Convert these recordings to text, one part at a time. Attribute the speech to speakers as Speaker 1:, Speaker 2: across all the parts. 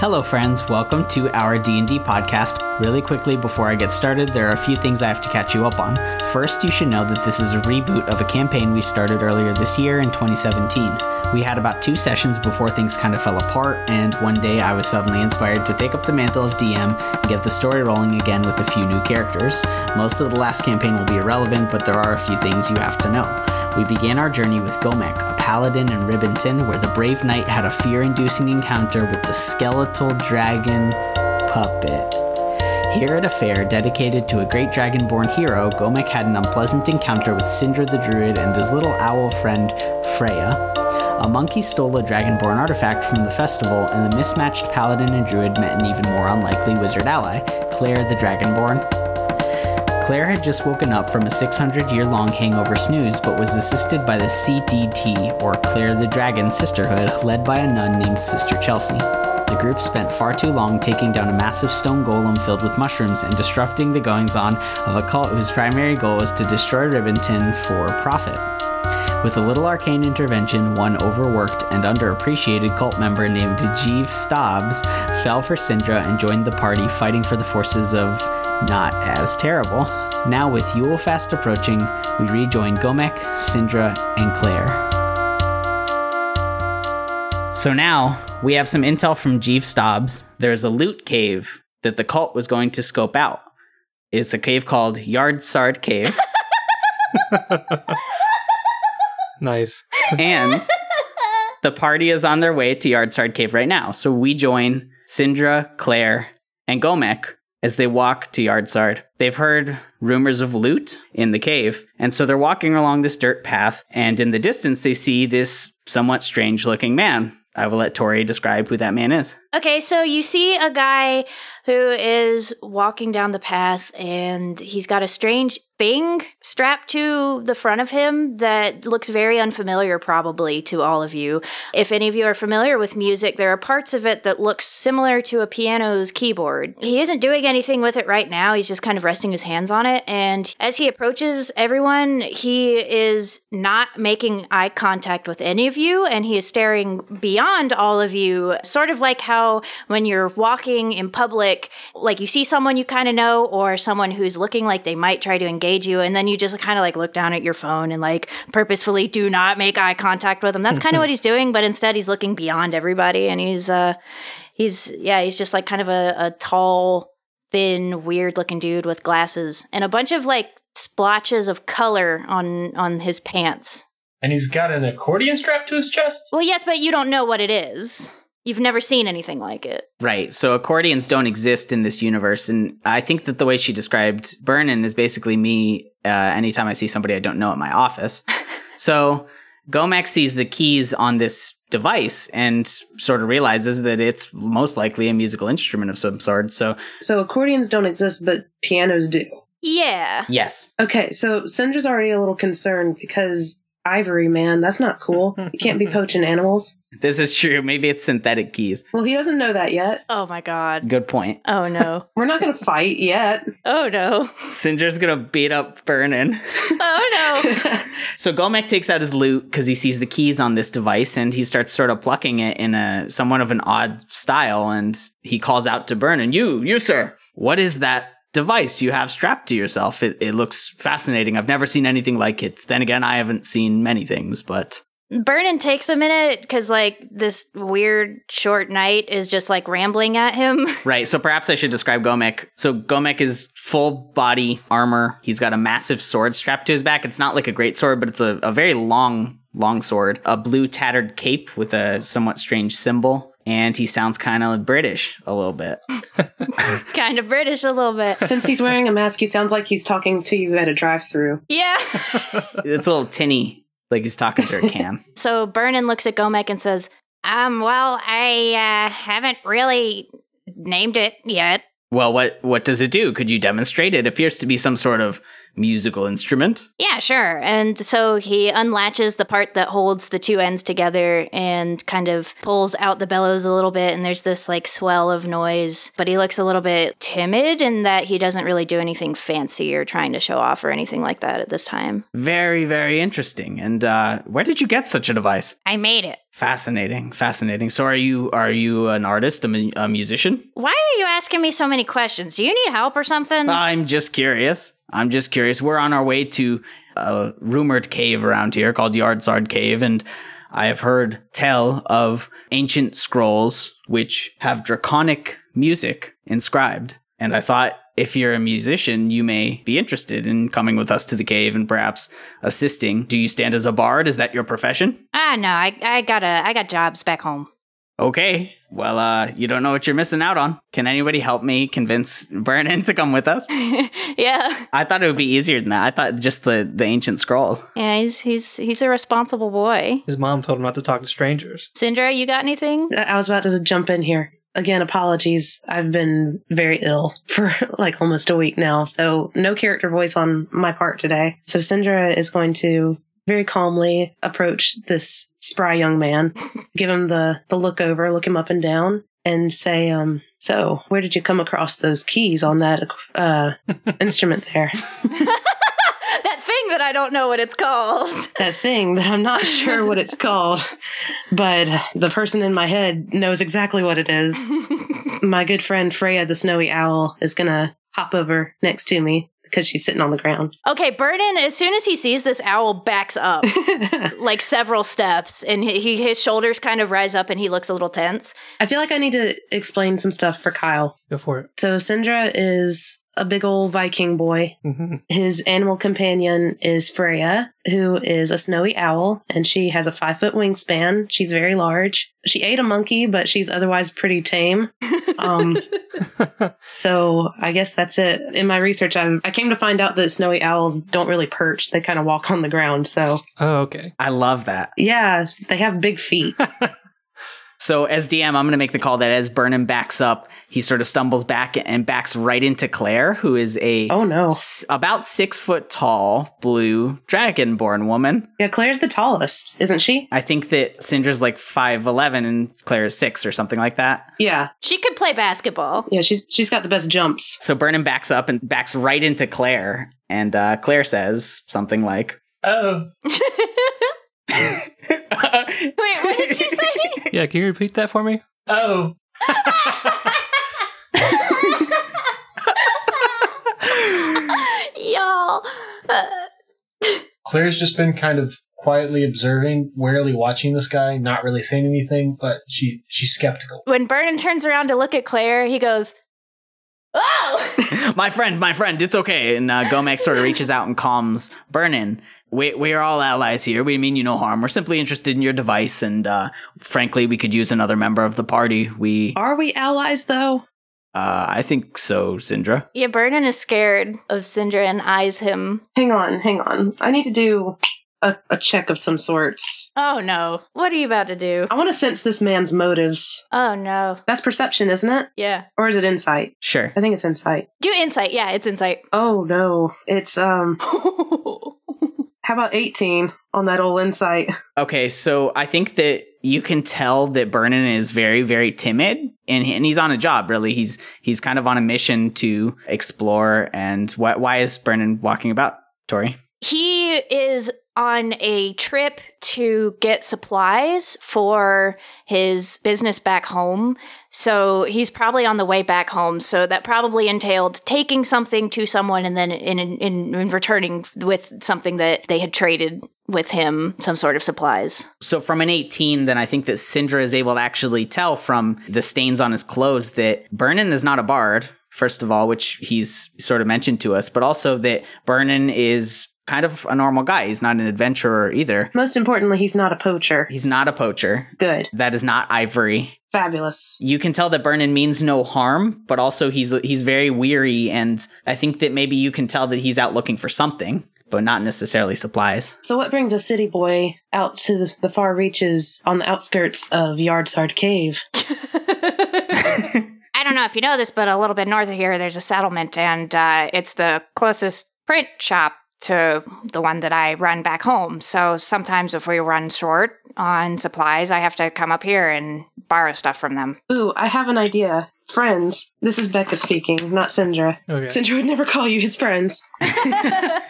Speaker 1: Hello friends, welcome to our D&D podcast. Really quickly before I get started, there are a few things I have to catch you up on. First, you should know that this is a reboot of a campaign we started earlier this year in 2017. We had about two sessions before things kind of fell apart, and one day I was suddenly inspired to take up the mantle of DM and get the story rolling again with a few new characters. Most of the last campaign will be irrelevant, but there are a few things you have to know. We began our journey with Gomek, a paladin in Ribbenton, where the brave knight had a fear inducing encounter with the skeletal dragon puppet. Here at a fair dedicated to a great dragonborn hero, Gomek had an unpleasant encounter with Sindra the Druid and his little owl friend, Freya. A monkey stole a dragonborn artifact from the festival, and the mismatched paladin and druid met an even more unlikely wizard ally, Claire the Dragonborn, Claire had just woken up from a 600 year long hangover snooze, but was assisted by the CDT, or Claire the Dragon Sisterhood, led by a nun named Sister Chelsea. The group spent far too long taking down a massive stone golem filled with mushrooms and disrupting the goings on of a cult whose primary goal was to destroy Ribbenton for profit. With a little arcane intervention, one overworked and underappreciated cult member named Jeeve Stobbs fell for Syndra and joined the party fighting for the forces of not as terrible. Now, with Yule fast approaching, we rejoin Gomek, Syndra, and Claire. So now we have some intel from Jeeve Stobbs. There's a loot cave that the cult was going to scope out. It's a cave called Yard Sard Cave.
Speaker 2: Nice.
Speaker 1: and the party is on their way to Yardsard Cave right now. So we join Sindra, Claire, and Gomek as they walk to Yardsard. They've heard rumors of loot in the cave, and so they're walking along this dirt path, and in the distance they see this somewhat strange looking man. I will let Tori describe who that man is.
Speaker 3: Okay, so you see a guy who is walking down the path and he's got a strange thing strapped to the front of him that looks very unfamiliar, probably to all of you. If any of you are familiar with music, there are parts of it that look similar to a piano's keyboard. He isn't doing anything with it right now, he's just kind of resting his hands on it. And as he approaches everyone, he is not making eye contact with any of you and he is staring beyond all of you, sort of like how when you're walking in public, like you see someone you kind of know or someone who's looking like they might try to engage you, and then you just kind of like look down at your phone and like purposefully do not make eye contact with them. That's kind of what he's doing, but instead he's looking beyond everybody and he's, uh, he's, yeah, he's just like kind of a, a tall, thin, weird looking dude with glasses and a bunch of like splotches of color on on his pants.
Speaker 4: And he's got an accordion strapped to his chest?
Speaker 3: Well, yes, but you don't know what it is. You've never seen anything like it.
Speaker 1: Right. So accordions don't exist in this universe. And I think that the way she described Vernon is basically me uh, anytime I see somebody I don't know at my office. so Gomex sees the keys on this device and sort of realizes that it's most likely a musical instrument of some sort. So,
Speaker 5: So accordions don't exist, but pianos do.
Speaker 3: Yeah.
Speaker 1: yes.
Speaker 5: Okay, so Sindra's already a little concerned because Ivory Man, that's not cool. You can't be poaching animals.
Speaker 1: This is true. Maybe it's synthetic keys.
Speaker 5: Well, he doesn't know that yet.
Speaker 3: Oh my god.
Speaker 1: Good point.
Speaker 3: Oh no.
Speaker 5: We're not going to fight yet.
Speaker 3: Oh no.
Speaker 1: Singer's gonna beat up Vernon.
Speaker 3: Oh no.
Speaker 1: So Gomek takes out his loot because he sees the keys on this device and he starts sort of plucking it in a somewhat of an odd style and he calls out to Burn and you, you sir, what is that device you have strapped to yourself? It, it looks fascinating. I've never seen anything like it. Then again, I haven't seen many things, but
Speaker 3: Vernon takes a minute because, like, this weird short night is just like rambling at him.
Speaker 1: Right. So perhaps I should describe Gomek. So Gomek is full body armor. He's got a massive sword strapped to his back. It's not like a great sword, but it's a, a very long, long sword. A blue tattered cape with a somewhat strange symbol. And he sounds kind of British a little bit.
Speaker 3: kind of British a little bit.
Speaker 5: Since he's wearing a mask, he sounds like he's talking to you at a drive through.
Speaker 3: Yeah.
Speaker 1: It's a little tinny, like he's talking to a can.
Speaker 3: so Vernon looks at Gomek and says, Um, well, I uh, haven't really named it yet.
Speaker 1: well, what what does it do? Could you demonstrate? It appears to be some sort of musical instrument.
Speaker 3: Yeah, sure. And so he unlatches the part that holds the two ends together and kind of pulls out the bellows a little bit. And there's this like swell of noise. But he looks a little bit timid in that he doesn't really do anything fancy or trying to show off or anything like that at this time.
Speaker 1: Very, very interesting. And uh, where did you get such a device?
Speaker 3: I made it.
Speaker 1: Fascinating, fascinating. So are you are you an artist, a, mu- a musician?
Speaker 3: Why are you asking me so many questions? Do you need help or something?
Speaker 1: I'm just curious. I'm just curious. We're on our way to a rumored cave around here called Yardsard Cave, and I have heard tell of ancient scrolls which have draconic music inscribed. And I thought if you're a musician, you may be interested in coming with us to the cave and perhaps assisting. Do you stand as a bard? Is that your profession?
Speaker 3: ah, no, I, I got a, I got jobs back home.
Speaker 1: Okay. Well, uh, you don't know what you're missing out on. Can anybody help me convince Vernon to come with us?
Speaker 3: yeah,
Speaker 1: I thought it would be easier than that. I thought just the, the ancient scrolls.
Speaker 3: yeah, he's he's he's a responsible boy.
Speaker 2: His mom told him not to talk to strangers.
Speaker 3: Sindra, you got anything?
Speaker 5: I was about to jump in here. Again, apologies. I've been very ill for like almost a week now, so no character voice on my part today. So Sindra is going to very calmly approach this spry young man, give him the the look over, look him up and down, and say, um, "So, where did you come across those keys on that uh, instrument there?
Speaker 3: that thing that I don't know what it's called.
Speaker 5: That thing that I'm not sure what it's called, but the person in my head knows exactly what it is." my good friend Freya the Snowy Owl is gonna hop over next to me because she's sitting on the ground.
Speaker 3: okay, Burden, as soon as he sees this owl, backs up like several steps, and he, he his shoulders kind of rise up, and he looks a little tense.
Speaker 5: I feel like I need to explain some stuff for Kyle.
Speaker 2: Go for it.
Speaker 5: So Sindra is a big old Viking boy.
Speaker 2: hmm
Speaker 5: His animal companion is Freya, who is a snowy owl, and she has a five foot wingspan. She's very large. She ate a monkey, but she's otherwise pretty tame. Um, So I guess that's it. In my research, I, I came to find out that snowy owls don't really perch; they kind of walk on the ground. So
Speaker 2: oh, okay.
Speaker 1: I love that.
Speaker 5: yeah, they have big feet.
Speaker 1: So as DM, I'm going to make the call that as Burnham backs up, he sort of stumbles back and backs right into Claire, who is a
Speaker 5: oh no!
Speaker 1: s- about six foot tall blue dragonborn woman.
Speaker 5: Yeah, Claire's the tallest, isn't she?
Speaker 1: I think that Syndra's like five eleven and Claire is six or something like that.
Speaker 5: Yeah,
Speaker 3: She could play basketball.
Speaker 5: yeah. She's she's got the best jumps.
Speaker 1: So Burnham backs up and backs right into Claire, and uh, Claire says something like,
Speaker 4: Oh,
Speaker 3: Wait, what did she say?
Speaker 2: Yeah, can you repeat that for me?
Speaker 4: oh,
Speaker 3: Y'all. Uh,
Speaker 4: Claire's just been kind of quietly observing, warily watching this guy, not really saying anything, but she she's skeptical.
Speaker 3: when Burden turns around to look at Claire, he goes, Oh!
Speaker 1: my friend, my friend, it's okay. And uh, Gomek sort of reaches out and calms Burnin. We, we are all allies here. We mean you no harm. We're simply interested in your device, and uh, frankly, we could use another member of the party. We, uh,
Speaker 5: Are we allies though?
Speaker 1: I think so, Syndra.
Speaker 3: Yeah, Burden is scared of Sindra and eyes him.
Speaker 5: Hang on, hang on. I need to do a, a check of some sorts.
Speaker 3: Oh no. What are you about to do?
Speaker 5: I want to sense this man's motives.
Speaker 3: Oh no.
Speaker 5: That's perception, isn't it?
Speaker 3: Yeah.
Speaker 5: Or is it insight?
Speaker 1: Sure.
Speaker 5: I think it's insight.
Speaker 3: Do insight. Yeah, it's insight.
Speaker 5: Oh no, it's um.
Speaker 3: oh
Speaker 5: How about eighteen on that old insight?
Speaker 1: Okay, so I think that you can tell that Vernon is very, very timid, and and he's on a job. Really, he's he's kind of on a mission to explore. And why why is Vernon walking about, Tori?
Speaker 3: He is on a trip to get supplies for his business back home. So he's probably on the way back home. So that probably entailed taking something to someone and then in, in, in returning with something that they had traded with him, some sort of supplies.
Speaker 1: So from an 18, then I think that Sindra is able to actually tell from the stains on his clothes that Vernon is not a bard, first of all, which he's sort of mentioned to us, but also that Vernon is kind of a normal guy. He's not an adventurer either.
Speaker 5: Most importantly, he's not a poacher.
Speaker 1: He's not a poacher.
Speaker 5: Good,
Speaker 1: That is not ivory.
Speaker 5: fabulous.
Speaker 1: You can tell that Vernon means no harm, but also he's he's very weary, and I think that maybe you can tell that he's out looking for something, but not necessarily supplies.
Speaker 5: So, what brings a city boy out to the far reaches on the outskirts of Yardsard Cave?
Speaker 3: I don't know if you know this, but a little bit north of here, there's a settlement, and uh, it's the closest print shop to the one that I run back home. So sometimes if we run short on supplies, I have to come up here and borrow stuff from them.
Speaker 5: Ooh, I have an idea. Friends, this is Becca speaking, not Sindra.
Speaker 2: Okay.
Speaker 5: Sindra would never call you his friends.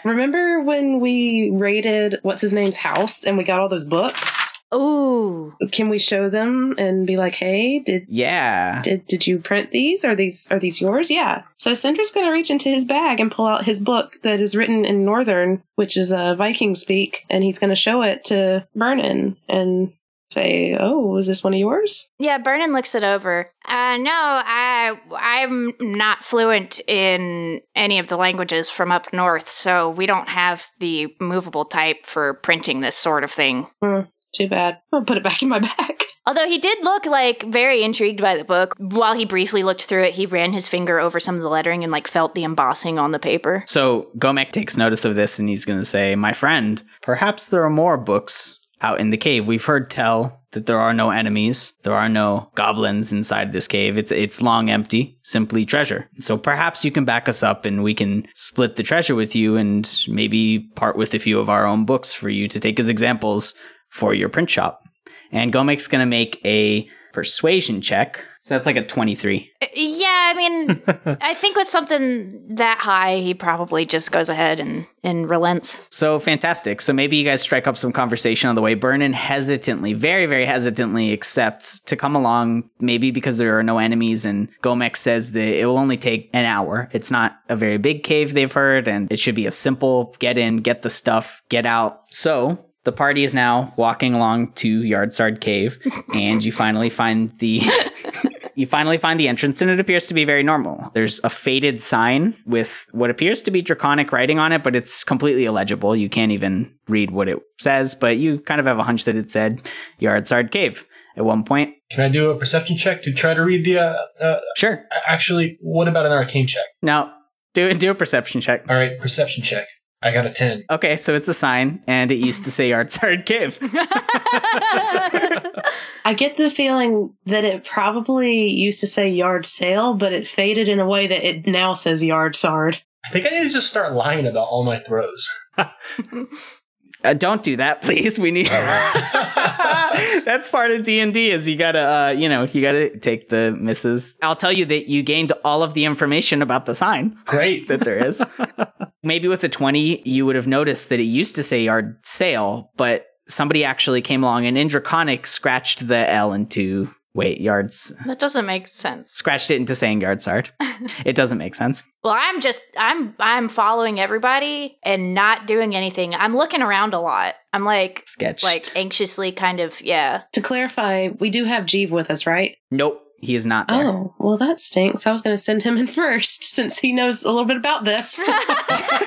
Speaker 5: Remember when we raided what's his name's house and we got all those books?
Speaker 3: Ooh.
Speaker 5: Can we show them and be like, "Hey, did
Speaker 1: Yeah.
Speaker 5: did did you print these? Are these are these yours? Yeah. So Cinder's gonna reach into his bag and pull out his book that is written in Northern, which is a Viking speak, and he's gonna show it to Vernon and say, "Oh, is this one of yours?"
Speaker 3: Yeah, Vernon looks it over. Uh, no, I I'm not fluent in any of the languages from up north, so we don't have the movable type for printing this sort of thing.
Speaker 5: Too bad. I'm gonna put it back in my bag.
Speaker 3: Although he did look like very intrigued by the book. While he briefly looked through it, he ran his finger over some of the lettering and like felt the embossing on the paper.
Speaker 1: So Gomek takes notice of this and he's going to say, My friend, perhaps there are more books out in the cave. We've heard tell that there are no enemies, there are no goblins inside this cave. It's, it's long empty, simply treasure. So perhaps you can back us up and we can split the treasure with you and maybe part with a few of our own books for you to take as examples for your print shop. And Gomek's going to make a persuasion check. So that's like a 23.
Speaker 3: Uh, Yeah, I mean, I think with something that high, he probably just goes ahead and, and relents.
Speaker 1: So fantastic. So maybe you guys strike up some conversation on the way. Vernon hesitantly, very, very hesitantly accepts to come along, maybe because there are no enemies. And Gomek says that it will only take an hour. It's not a very big cave, they've heard, and it should be a simple get in, get the stuff, get out. So the party is now walking along to Yardsard Cave, and you finally find the. You finally find the entrance, and it appears to be very normal. There's a faded sign with what appears to be draconic writing on it, but it's completely illegible. You can't even read what it says, but you kind of have a hunch that it said Yardsard Cave at one point.
Speaker 4: Can I do a perception check to try to read the? Uh, uh,
Speaker 1: Sure.
Speaker 4: actually, what about an arcane check?
Speaker 1: Now, do, do a perception check.
Speaker 4: All right, perception check. I got a ten.
Speaker 1: Okay, so it's a sign, and it used to say Yardsard Cave.
Speaker 5: I get the feeling that it probably used to say yard sale, but it faded in a way that it now says yard sard.
Speaker 4: I think I need to just start lying about all my throws.
Speaker 1: Uh, don't do that, please. We need. That's part of D and D is you gotta, uh, you know, you gotta take the misses. I'll tell you that you gained all of the information about the sign
Speaker 4: Great.
Speaker 1: that there is. Maybe with a twenty, you would have noticed that it used to say yard sale, but somebody actually came along and in Draconic scratched the L into wait yards,
Speaker 3: that doesn't make sense.
Speaker 1: scratched it into saying yard sard. it doesn't make sense.
Speaker 3: Well, I'm just I'm I'm following everybody and not doing anything. I'm looking around a lot. I'm like
Speaker 1: Sketched.
Speaker 3: like anxiously kind of yeah.
Speaker 5: To clarify, we do have Jeeve with us, right?
Speaker 1: nope, he is not there.
Speaker 5: Oh, well, that stinks. I was going to send him in first since he knows a little bit about this.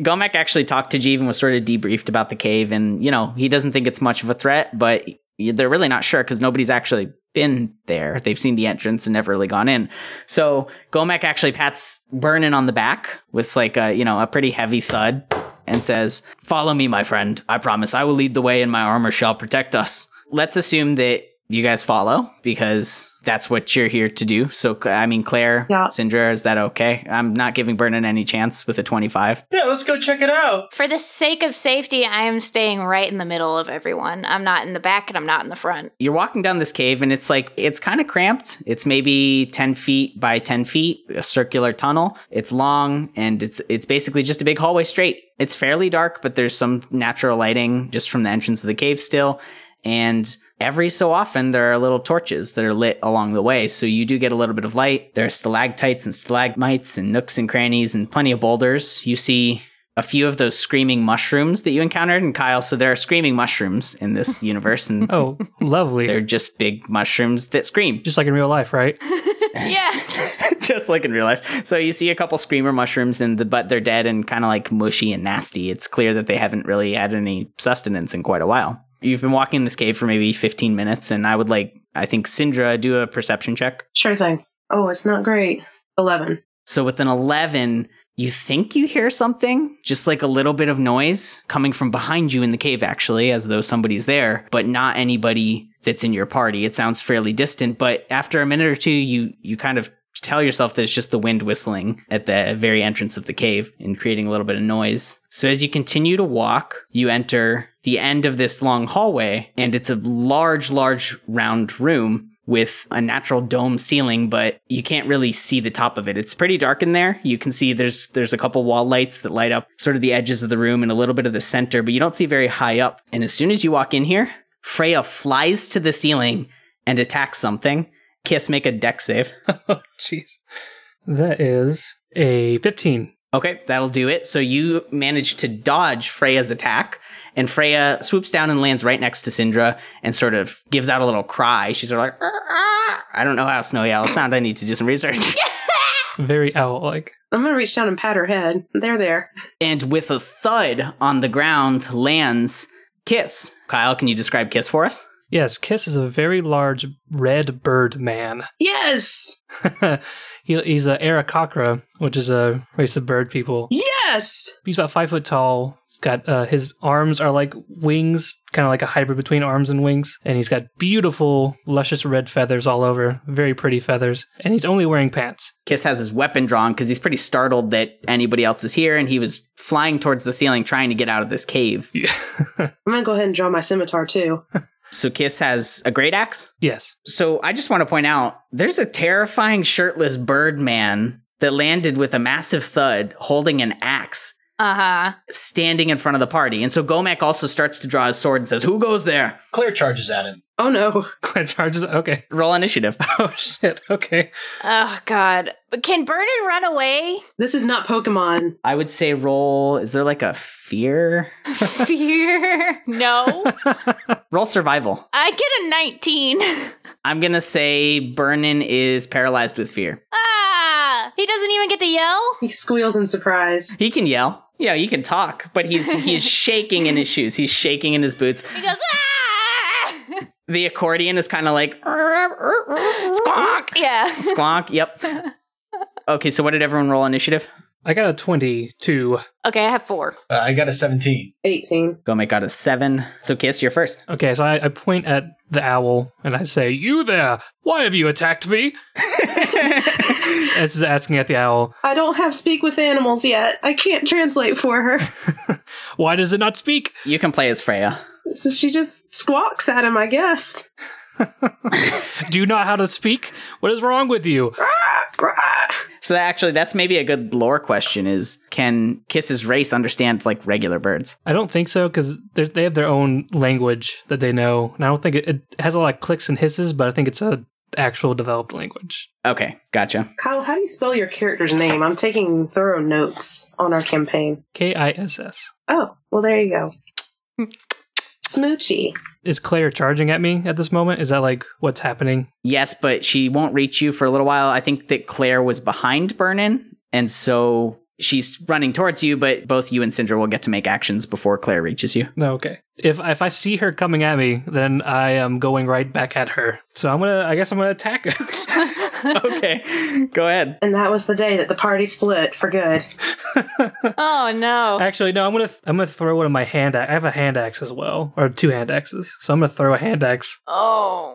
Speaker 1: Gomek actually talked to Jeevan, was sort of debriefed about the cave, and you know he doesn't think it's much of a threat, but y- they're really not sure because nobody's actually been there. They've seen the entrance and never really gone in. So Gomek actually pats Vernon on the back with like a you know a pretty heavy thud and says, "Follow me, my friend. I promise I will lead the way, and my armor shall protect us." Let's assume that you guys follow because that's what you're here to do. So Cl- I mean, Claire,
Speaker 5: Yeah.
Speaker 1: Syndra, is that okay? I'm not giving Vernon any chance with a 25.
Speaker 4: Yeah, let's go check it out.
Speaker 3: For the sake of safety, I am staying right in the middle of everyone. I'm not in the back and I'm not in the front.
Speaker 1: you're walking down this cave and it's like it's kind of cramped it's maybe 10 feet by 10 feet a circular tunnel it's long and it's it's basically just a big hallway straight it's fairly dark but there's some natural lighting just from the entrance of the cave still and every so often there are little torches that are lit along the way so you do get a little bit of light there are stalactites and stalagmites and nooks and crannies and plenty of boulders you see a few of those screaming mushrooms that you encountered and Kyle so there are screaming mushrooms in this universe and
Speaker 2: oh,
Speaker 1: they're
Speaker 2: lovely.
Speaker 1: just big mushrooms that scream,
Speaker 2: Just like in real life, right?
Speaker 3: yeah.
Speaker 1: just like in real life. So you see a couple screamer mushrooms, and the but they're dead and kind of like mushy and nasty. It's clear that they haven't really had any sustenance in quite a while. You've been walking in this cave for maybe 15 minutes, and I would like, I think, Sindra, do a perception check.
Speaker 5: sure thing. Oh, it's not great. 11.
Speaker 1: So with an 11, you think you hear something, just like a little bit of noise coming from behind you in the cave, actually, as though somebody's there, but not anybody that's in your party. It sounds fairly distant, but after a minute or two, you, you kind of tell yourself that it's just the wind whistling at the very entrance of the cave and creating a little bit of noise. So as you continue to walk, you enter the end of this long hallway, and it's a large, large round room with a natural dome ceiling, but you can't really see the top of it. It's pretty dark in there. You can see there's there's a couple wall lights that light up sort of the edges of the room and a little bit of the center, but you don't see very high up. And as soon as you walk in here, Freya flies to the ceiling and attacks something. Kiss, make a deck save.
Speaker 2: Oh, Jeez. That is a 15.
Speaker 1: Okay, that'll do it. So you manage to dodge Freya's attack, and Freya swoops down and lands right next to Syndra and sort of gives out a little cry. She's sort of like, "Ah, ah." I don't know how snowy owls sound. I need to do some research.
Speaker 2: Very owl like.
Speaker 5: I'm gonna reach down and pat her head. There, there.
Speaker 1: and with a thud on the ground lands Kiss. Kyle, can you describe Kiss for us?
Speaker 2: Yes, Kiss is a very large red bird man.
Speaker 5: Yes,
Speaker 2: he, he's a Aracocra, which is a race of bird people.
Speaker 5: yes.
Speaker 2: He's about five foot tall. He's got uh, his arms are like wings, kind of like a hybrid between arms and wings. And he's got beautiful, luscious red feathers all over. Very pretty feathers. And he's only wearing pants.
Speaker 1: Kiss has his weapon drawn because he's pretty startled that anybody else is here, and he was flying towards the ceiling trying to get out of this cave.
Speaker 5: I'm gonna go ahead and draw my scimitar too.
Speaker 1: So Kiss has a great axe.
Speaker 2: yes.
Speaker 1: So I just want to point out there's a terrifying shirtless bird man that landed with a massive thud holding an axe
Speaker 3: Uh huh.
Speaker 1: standing in front of the party. And so Gomek also starts to draw his sword and says, Who goes there?
Speaker 4: Claire charges at him.
Speaker 5: Oh no.
Speaker 2: Charges. Okay.
Speaker 1: Roll initiative.
Speaker 2: Oh, shit. Okay.
Speaker 3: Oh God. But Can Vernon run away?
Speaker 5: This is not Pokemon.
Speaker 1: I would say roll. Is there like a fear?
Speaker 3: Fear? No.
Speaker 1: Roll survival.
Speaker 3: I get a nineteen.
Speaker 1: I'm going to say Burnin is paralyzed with fear.
Speaker 3: Ah! He doesn't even get to yell.
Speaker 5: He squeals in surprise.
Speaker 1: He can yell. Yeah, he can talk, but he's he's shaking in his shoes. He's shaking in his boots.
Speaker 3: He goes ah!
Speaker 1: The accordion is kind of like
Speaker 3: Squawk. Yeah.
Speaker 1: Squonk, yep. Okay, so what did everyone roll initiative?
Speaker 2: I got a 22.
Speaker 3: Okay, I have four.
Speaker 4: Uh, I got a 17.
Speaker 5: 18.
Speaker 1: Gomek got a seven. So Kiss, you're first.
Speaker 2: Okay, so I, I point at the owl and I say, You there! Why have you attacked me? this is asking at the owl,
Speaker 5: I don't have speak with animals yet. I can't translate for her.
Speaker 2: Why does it not speak?
Speaker 1: You can play as Freya.
Speaker 5: So she just squawks at him, I guess.
Speaker 2: Do you not how to speak? What is wrong with you?
Speaker 1: So that actually, that's maybe a good lore question: is can Kiss's race understand like regular birds?
Speaker 2: I don't think so, because they have their own language that they know. And I don't think it, it has a lot of clicks and hisses, but I think it's a actual developed language.
Speaker 1: Okay, gotcha.
Speaker 5: Kyle, how do you spell your character's name? I'm taking thorough notes on our campaign.
Speaker 2: K I S S.
Speaker 5: Oh, well, there you go. Smoochie.
Speaker 2: Is Claire charging at me at this moment? Is that like what's happening?
Speaker 1: Yes, but she won't reach you for a little while. I think that Claire was behind Burnin, and so she's running towards you. But both you and Syndra will get to make actions before Claire reaches you.
Speaker 2: No, okay. If if I see her coming at me, then I am going right back at her. So I'm gonna. I guess I'm gonna attack her.
Speaker 1: okay, go ahead.
Speaker 5: And that was the day that the party split for good.
Speaker 3: Oh no.
Speaker 2: Actually, no. I'm gonna. I'm gonna throw one of my hand. ac- I have a hand axe as well, or two hand axes. So I'm gonna throw a hand axe,
Speaker 3: Oh.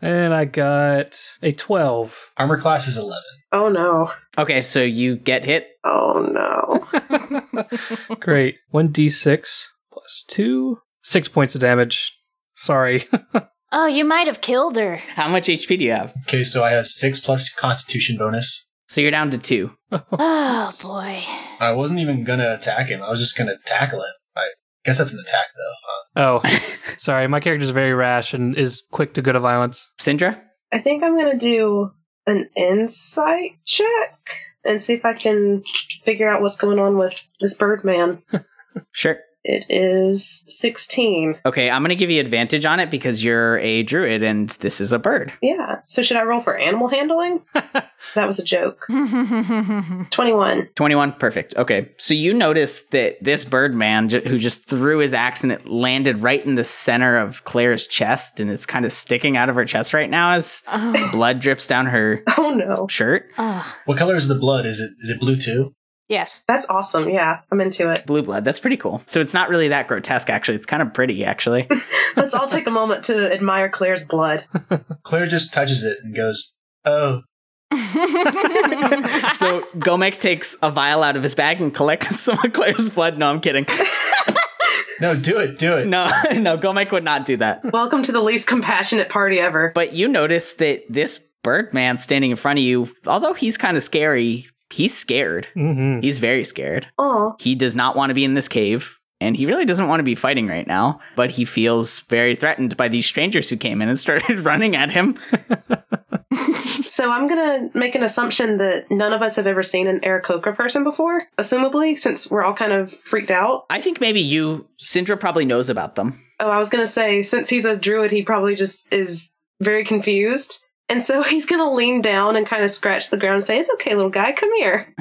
Speaker 2: and I got a twelve.
Speaker 4: Armor class is 11.
Speaker 5: Oh no.
Speaker 1: Okay, so you get hit.
Speaker 5: Oh no.
Speaker 2: Great. One d six plus two. Six points of damage. Sorry.
Speaker 3: Oh, you might have killed her.
Speaker 1: How much HP do you have?
Speaker 4: Okay, so I have 6 plus constitution bonus.
Speaker 1: So you're down to two.
Speaker 3: Oh boy.
Speaker 4: I wasn't even going to attack him. I was just going to tackle him. I guess that's an attack, though. Huh?
Speaker 2: oh, sorry. My character's very rash and is quick to go to violence.
Speaker 1: Syndra,
Speaker 5: I think I'm going to do an insight check and see if I can figure out what's going on with this Birdman.
Speaker 1: sure.
Speaker 5: It is 16.
Speaker 1: Okay, I'm gonna give you advantage on it because you're a druid and this is a bird.
Speaker 5: Yeah. So should I roll for animal handling? that was a joke. 21.
Speaker 1: 21, perfect. Okay, so you notice that this bird man j- who just threw his axe and it landed right in the center of Claire's chest and it's kind of sticking out of her chest right now as
Speaker 3: oh.
Speaker 1: blood drips down her
Speaker 5: Oh no.
Speaker 1: shirt.
Speaker 3: Oh.
Speaker 4: What color is the blood? Is it is it blue, too?
Speaker 3: Yes.
Speaker 5: That's awesome. Yeah. I'm into it.
Speaker 1: Blue blood, that's pretty cool. So it's not really that grotesque, actually. It's kind of pretty, actually.
Speaker 5: Let's all take a moment to admire Claire's blood.
Speaker 4: Claire just touches it and goes, Oh,
Speaker 1: so Gomek takes a vial out of his bag and collects some of Claire's blood. No, I'm kidding.
Speaker 4: no, do it, do it.
Speaker 1: No, no, Gomek would not do that.
Speaker 5: Welcome to the least compassionate party ever.
Speaker 1: But you notice that this Birdman standing in front of you, although he's kind of scary, he's scared.
Speaker 2: Mm-hmm.
Speaker 1: He's very scared.
Speaker 5: Oh,
Speaker 1: He does not want to be in this cave, and he really doesn't want to be fighting right now, but he feels very threatened by these strangers who came in and started running at him.
Speaker 5: So I'm gonna make an assumption that none of us have ever seen an Aarakocra person before, assumably, since we're all kind of freaked out.
Speaker 1: I think maybe you, Syndra, probably knows about them.
Speaker 5: Oh, I was gonna say, since he's a druid, he probably just is very confused. And so he's gonna lean down and kind of scratch the ground and say, It's okay, little guy, come here.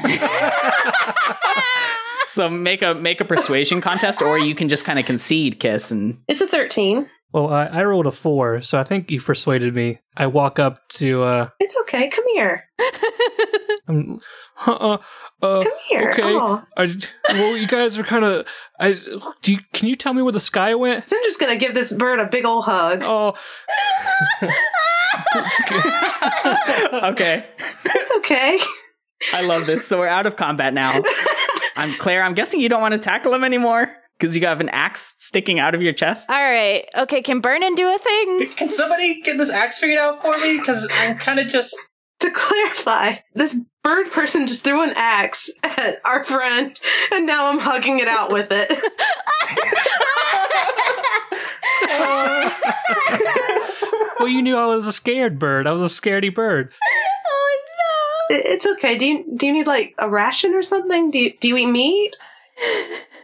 Speaker 1: So make a make a persuasion contest, or you can just kind of concede, kiss, and
Speaker 5: It's a 13.
Speaker 2: Well, I, I rolled a four, so I think you persuaded me. I walk up to, uh,
Speaker 5: It's okay, come here.
Speaker 2: I'm, uh, uh, uh,
Speaker 5: Come here. Oh."
Speaker 2: Okay.
Speaker 5: Aw.
Speaker 2: I, well, you guys are kind of. I do. You, can you tell me where the sky went?
Speaker 5: Cinder's gonna give this bird a big ol' hug.
Speaker 2: Oh,
Speaker 1: okay.
Speaker 5: It's okay.
Speaker 1: I love this. So we're out of combat now. I'm Claire. I'm guessing you don't want to tackle him anymore because you have an axe sticking out of your chest.
Speaker 3: All right. Okay. Can Vernon do a thing?
Speaker 4: Can somebody get this axe figured out for me? Because I'm kind of just.
Speaker 5: To clarify, this bird person just threw an axe at our friend, and now I'm hugging it out with it.
Speaker 2: well, you knew I was a scared bird. I was a scaredy bird.
Speaker 5: It- It's okay. Do you do you need like a ration or something? Do you do you eat meat?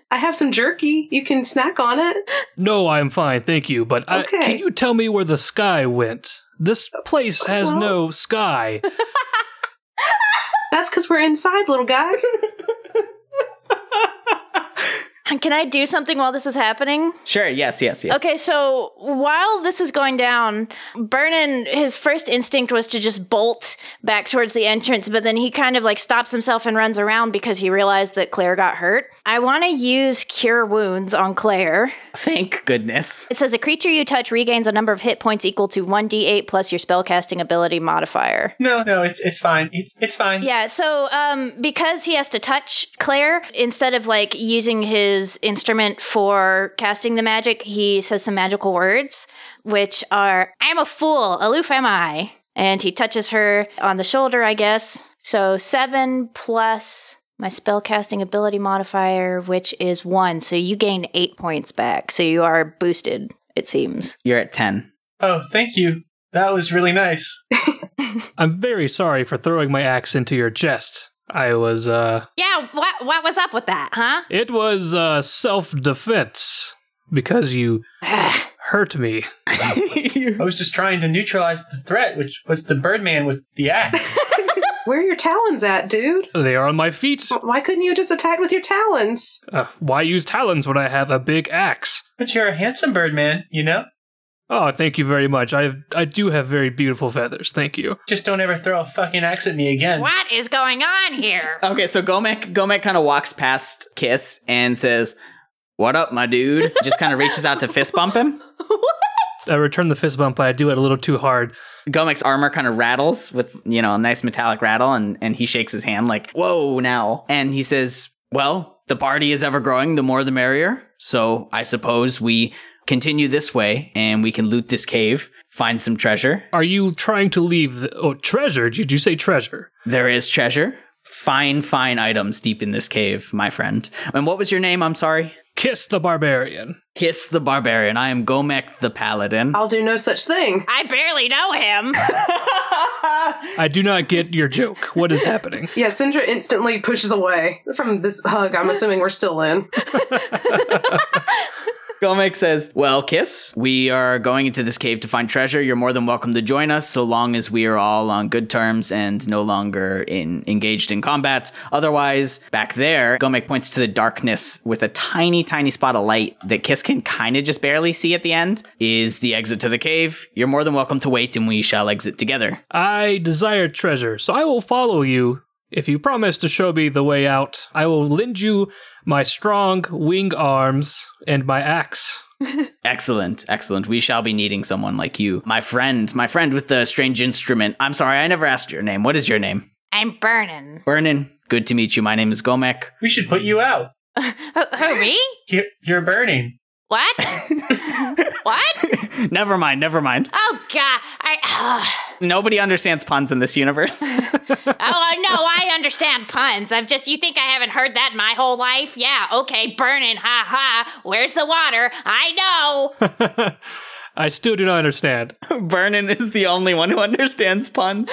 Speaker 5: I have some jerky. You can snack on it.
Speaker 2: No, I'm fine, thank you. But I,
Speaker 5: Okay.
Speaker 2: can you tell me where the sky went? This place has
Speaker 5: Well-
Speaker 2: no sky.
Speaker 5: That's because we're inside, little guy.
Speaker 3: And Can I do something while this is happening?
Speaker 1: Sure. Yes. Yes. Yes.
Speaker 3: Okay, so while this is going down, Vernon, his first instinct was to just bolt back towards the entrance, but then he kind of like stops himself and runs around because he realized that Claire got hurt. I want to use Cure Wounds on Claire.
Speaker 1: Thank goodness.
Speaker 3: It says a creature you touch regains a number of hit points equal to 1d8 plus your spellcasting ability modifier.
Speaker 4: No, no, it's it's fine. It's it's fine.
Speaker 3: Yeah, so um, because he has to touch Claire, instead of like using his instrument for casting the magic, he says some magical words, which are, I'm a fool, aloof am I. And he touches her on the shoulder, I guess. So seven plus my spellcasting ability modifier, which is one. So you gain eight points back. So you are boosted, it seems.
Speaker 1: You're at ten.
Speaker 4: Oh, thank you. That was really nice.
Speaker 2: I'm very sorry for throwing my axe into your chest. I was, uh,
Speaker 3: Yeah, what, what was up with that, huh?
Speaker 2: it was, uh, self defense because you hurt me.
Speaker 4: I was just trying to neutralize the threat, which was the Birdman with the axe.
Speaker 5: Where are your talons at, dude?
Speaker 2: They are on my feet.
Speaker 5: Why couldn't you just attack with your talons?
Speaker 2: Uh, why use talons when I have a big axe?
Speaker 4: but you're a handsome Birdman, you know.
Speaker 2: Oh, thank you very much. I I do have very beautiful feathers. Thank you.
Speaker 4: Just don't ever throw a fucking axe at me again.
Speaker 3: What is going on here?
Speaker 1: Okay. So Gomek Gomek kind of walks past Kiss and says, "What up, my dude?" Just kind of reaches out to fist bump him.
Speaker 2: I return the fist bump, but I do it a little too hard.
Speaker 1: Gomek's armor kind of rattles with, you know, a nice metallic rattle, and, and he shakes his hand like, whoa, now. And he says, Well, the party is ever growing, the more the merrier. So I suppose we continue this way and we can loot this cave, find some treasure.
Speaker 2: Are you trying to leave the oh, treasure? Did you say treasure?
Speaker 1: There is treasure. Fine, fine items deep in this cave, my friend. And what was your name? I'm sorry.
Speaker 2: Kiss the barbarian.
Speaker 1: Kiss the Barbarian. I am Gomek the Paladin.
Speaker 5: I'll do no such thing.
Speaker 3: I barely know him.
Speaker 2: I do not get your joke. What is happening?
Speaker 5: Yeah, Sindra instantly pushes away from this hug. I'm assuming we're still in.
Speaker 1: Gomek says, Well, Kiss, we are going into this cave to find treasure. You're more than welcome to join us so long as we are all on good terms and no longer in engaged in combat. Otherwise, back there, Gomek points to the darkness with a tiny, tiny spot of light that Kiss can kind of just barely see at the end, is the exit to the cave. You're more than welcome to wait and we shall exit together.
Speaker 2: I desire treasure, so I will follow you. If you promise to show me the way out, I will lend you my strong wing arms and my axe.
Speaker 1: Excellent, excellent. We shall be needing someone like you. My friend, my friend with the strange instrument. I'm sorry, I never asked your name. What is your name?
Speaker 3: I'm burning.
Speaker 1: Vernon, good to meet you. My name is Gomek.
Speaker 4: We should put you out.
Speaker 3: Oh, Who, who me?
Speaker 4: You're, you're burning.
Speaker 3: What? What?
Speaker 1: never mind, never mind.
Speaker 3: Oh God! I
Speaker 1: Nobody understands puns in this universe.
Speaker 3: oh no, I understand puns. I've just you think I haven't heard that my whole life? Yeah. Okay, burning. Ha ha. Where's the water? I know.
Speaker 2: I still do not understand.
Speaker 1: Vernon is the only one who understands puns.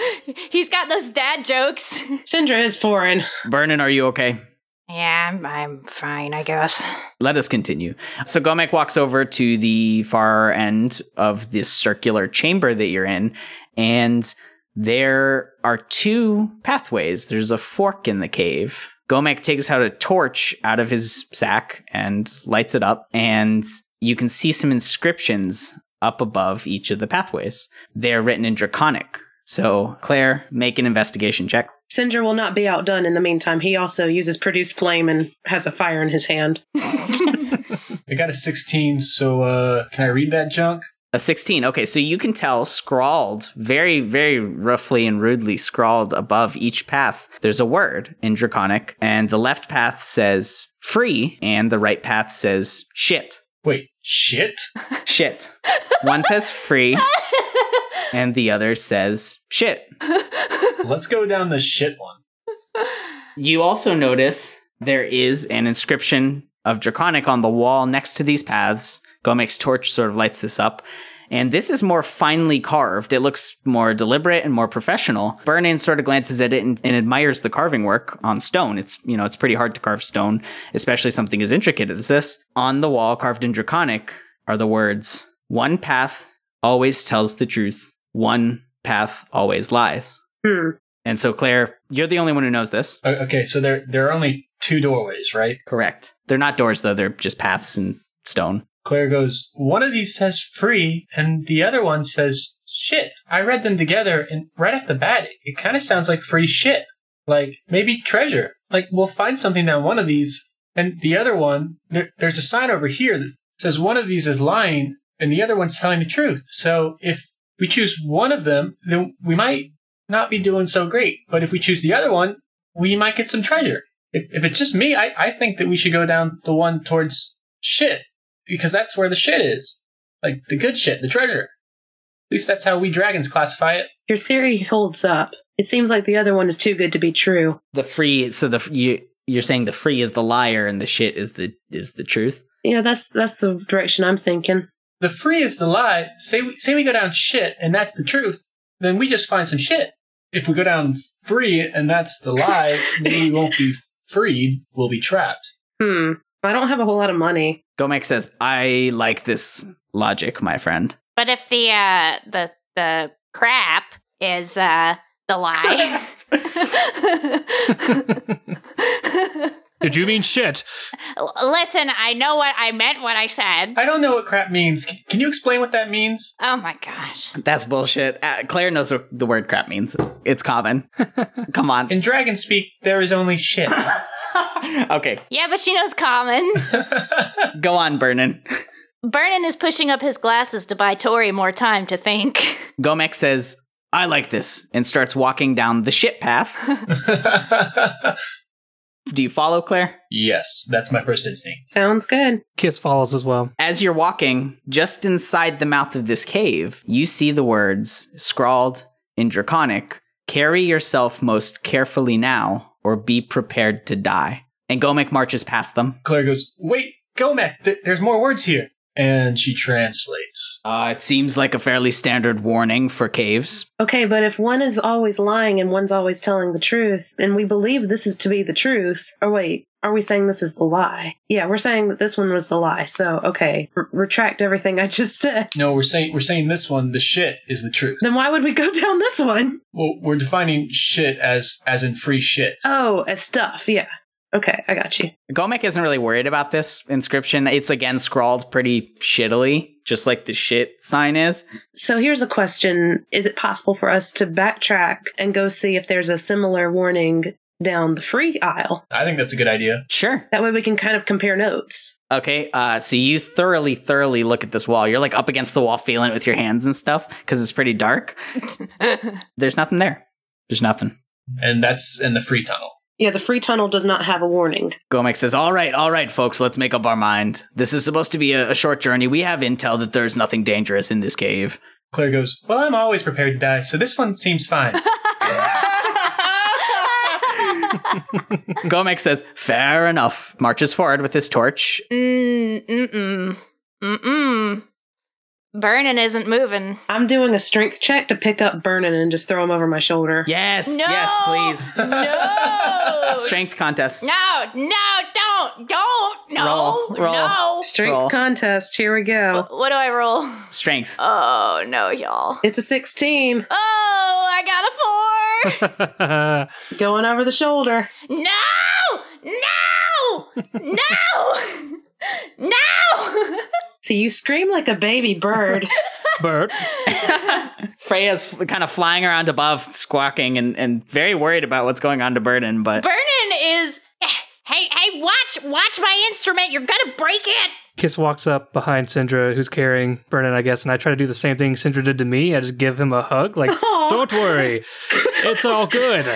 Speaker 3: He's got those dad jokes.
Speaker 5: Syndra is foreign.
Speaker 1: Vernon, are you okay?
Speaker 3: Yeah, I'm, I'm fine, I guess.
Speaker 1: Let us continue. So Gomek walks over to the far end of this circular chamber that you're in, and there are two pathways. There's a fork in the cave. Gomek takes out a torch out of his sack and lights it up, and you can see some inscriptions up above each of the pathways. They're written in Draconic. So, Claire, make an investigation check.
Speaker 5: Syndra will not be outdone in the meantime. He also uses produce flame and has a fire in his hand.
Speaker 4: I got a 16, so uh, can I read that junk?
Speaker 1: A 16. Okay, so you can tell scrawled, very, very roughly and rudely scrawled above each path, there's a word in Draconic, and the left path says free, and the right path says shit.
Speaker 4: Wait, shit?
Speaker 1: Shit. One says free, and the other says shit.
Speaker 4: Let's go down the shit one.
Speaker 1: You also notice there is an inscription of Draconic on the wall next to these paths. Gomek's torch sort of lights this up. And this is more finely carved. It looks more deliberate and more professional. Burnin sort of glances at it and, and admires the carving work on stone. It's you know it's pretty hard to carve stone, especially something as intricate as this. On the wall, carved in Draconic, are the words: "One path always tells the truth. One path always lies."
Speaker 5: Hmm.
Speaker 1: And so, Claire, you're the only one who knows this.
Speaker 4: O- Okay, so there, there are only two doorways, right?
Speaker 1: Correct. They're not doors, though. They're just paths and stone.
Speaker 4: Claire goes, one of these says free, and the other one says shit. I read them together, and right off the bat, it, it kind of sounds like free shit. Like, maybe treasure. Like, we'll find something on one of these, and the other one, there, there's a sign over here that says one of these is lying, and the other one's telling the truth. So if we choose one of them, then we might not be doing so great. But if we choose the other one, we might get some treasure. If, if it's just me, I, I think that we should go down the one towards shit because that's where the shit is. Like the good shit, the treasure. At least that's how we dragons classify it.
Speaker 5: Your theory holds up. It seems like the other one is too good to be true.
Speaker 1: The free. So the you you're saying the free is the liar and the shit is the is the truth.
Speaker 5: Yeah, that's that's the direction I'm thinking.
Speaker 4: The free is the lie. Say we, say we go down shit and that's the truth, then we just find some shit. If we go down free and that's the lie, then we won't be freed. We'll be trapped.
Speaker 5: Hmm. I don't have a whole lot of money.
Speaker 1: Gomek says, "I like this logic, my friend."
Speaker 3: But if the uh, the the crap is uh, the lie.
Speaker 2: Did you mean shit?
Speaker 3: L- Listen, I know what I meant when I said.
Speaker 4: I don't know what crap means. Can, can you explain what that means?
Speaker 3: Oh my gosh.
Speaker 1: That's bullshit. Uh, Claire knows what the word crap means. It's common. Come on.
Speaker 4: In dragon speak, there is only shit.
Speaker 1: okay,
Speaker 3: Yeah, but she knows common.
Speaker 1: go on, Vernon.
Speaker 3: Vernon is pushing up his glasses to buy Tori more time to think.
Speaker 1: Gomek says, "I like this," and starts walking down the shit path. Do you follow, Claire?
Speaker 4: yes, that's my first instinct.
Speaker 5: Sounds good.
Speaker 2: Kiss follows as well.
Speaker 1: As you're walking, just inside the mouth of this cave, you see the words scrawled in Draconic Carry yourself most carefully now, or be prepared to die. And Gomek marches past them.
Speaker 4: Claire goes, wait, Gomek, th- there's more words here. And she translates.
Speaker 1: Uh, it seems like a fairly standard warning for caves.
Speaker 5: Okay, but if one is always lying and one's always telling the truth, and we believe this is to be the truth, or wait, are we saying this is the lie? Yeah, we're saying that this one was the lie. So, okay, re- retract everything I just said.
Speaker 4: No, we're saying we're saying this one. The shit is the truth.
Speaker 5: Then why would we go down this one?
Speaker 4: Well, we're defining shit as as in free shit.
Speaker 5: Oh, as stuff. Yeah. Okay, I got you.
Speaker 1: Gomek isn't really worried about this inscription. It's again scrawled pretty shittily, just like the shit sign is.
Speaker 5: So here's a question Is it possible for us to backtrack and go see if there's a similar warning down the free aisle?
Speaker 4: I think that's a good idea.
Speaker 1: Sure.
Speaker 5: That way we can kind of compare notes.
Speaker 1: Okay, uh, so you thoroughly, thoroughly look at this wall. You're like up against the wall, feeling it with your hands and stuff because it's pretty dark. There's nothing there. There's nothing.
Speaker 4: And that's in the free tunnel.
Speaker 5: Yeah, the free tunnel does not have a warning.
Speaker 1: Gomek says, All right, all right, folks, let's make up our mind. This is supposed to be a, a short journey. We have intel that there's nothing dangerous in this cave.
Speaker 4: Claire goes, Well, I'm always prepared to die, so this one seems fine.
Speaker 1: Gomek says, Fair enough. Marches forward with his torch.
Speaker 3: Mm, mm-mm. Mm-mm. Burnin' isn't moving.
Speaker 5: I'm doing a strength check to pick up Burnin and just throw him over my shoulder.
Speaker 1: Yes,
Speaker 3: No!
Speaker 1: yes, please.
Speaker 3: No!
Speaker 1: Strength contest.
Speaker 3: No, no, don't, don't, no,
Speaker 1: Roll, roll.
Speaker 3: no.
Speaker 5: Strength
Speaker 1: Roll.
Speaker 5: contest. Here we go.
Speaker 3: Wh- What do I roll?
Speaker 1: Strength.
Speaker 3: Oh, no, y'all.
Speaker 5: It's a 16
Speaker 3: Oh, I got a four.
Speaker 5: going over the shoulder.
Speaker 3: no, no, no, no.
Speaker 5: So you scream like a baby bird.
Speaker 2: Bird.
Speaker 1: Freya's f- kind of flying around above, squawking, and, and very worried about what's going on to Burden, but
Speaker 3: Burnin is. Hey, hey, watch, watch my instrument. You're gonna break it.
Speaker 2: Kiss walks up behind Syndra, who's carrying Brennan, I guess, and I try to do the same thing Syndra did to me. I just give him a hug, like, don't worry, it's all good.
Speaker 3: But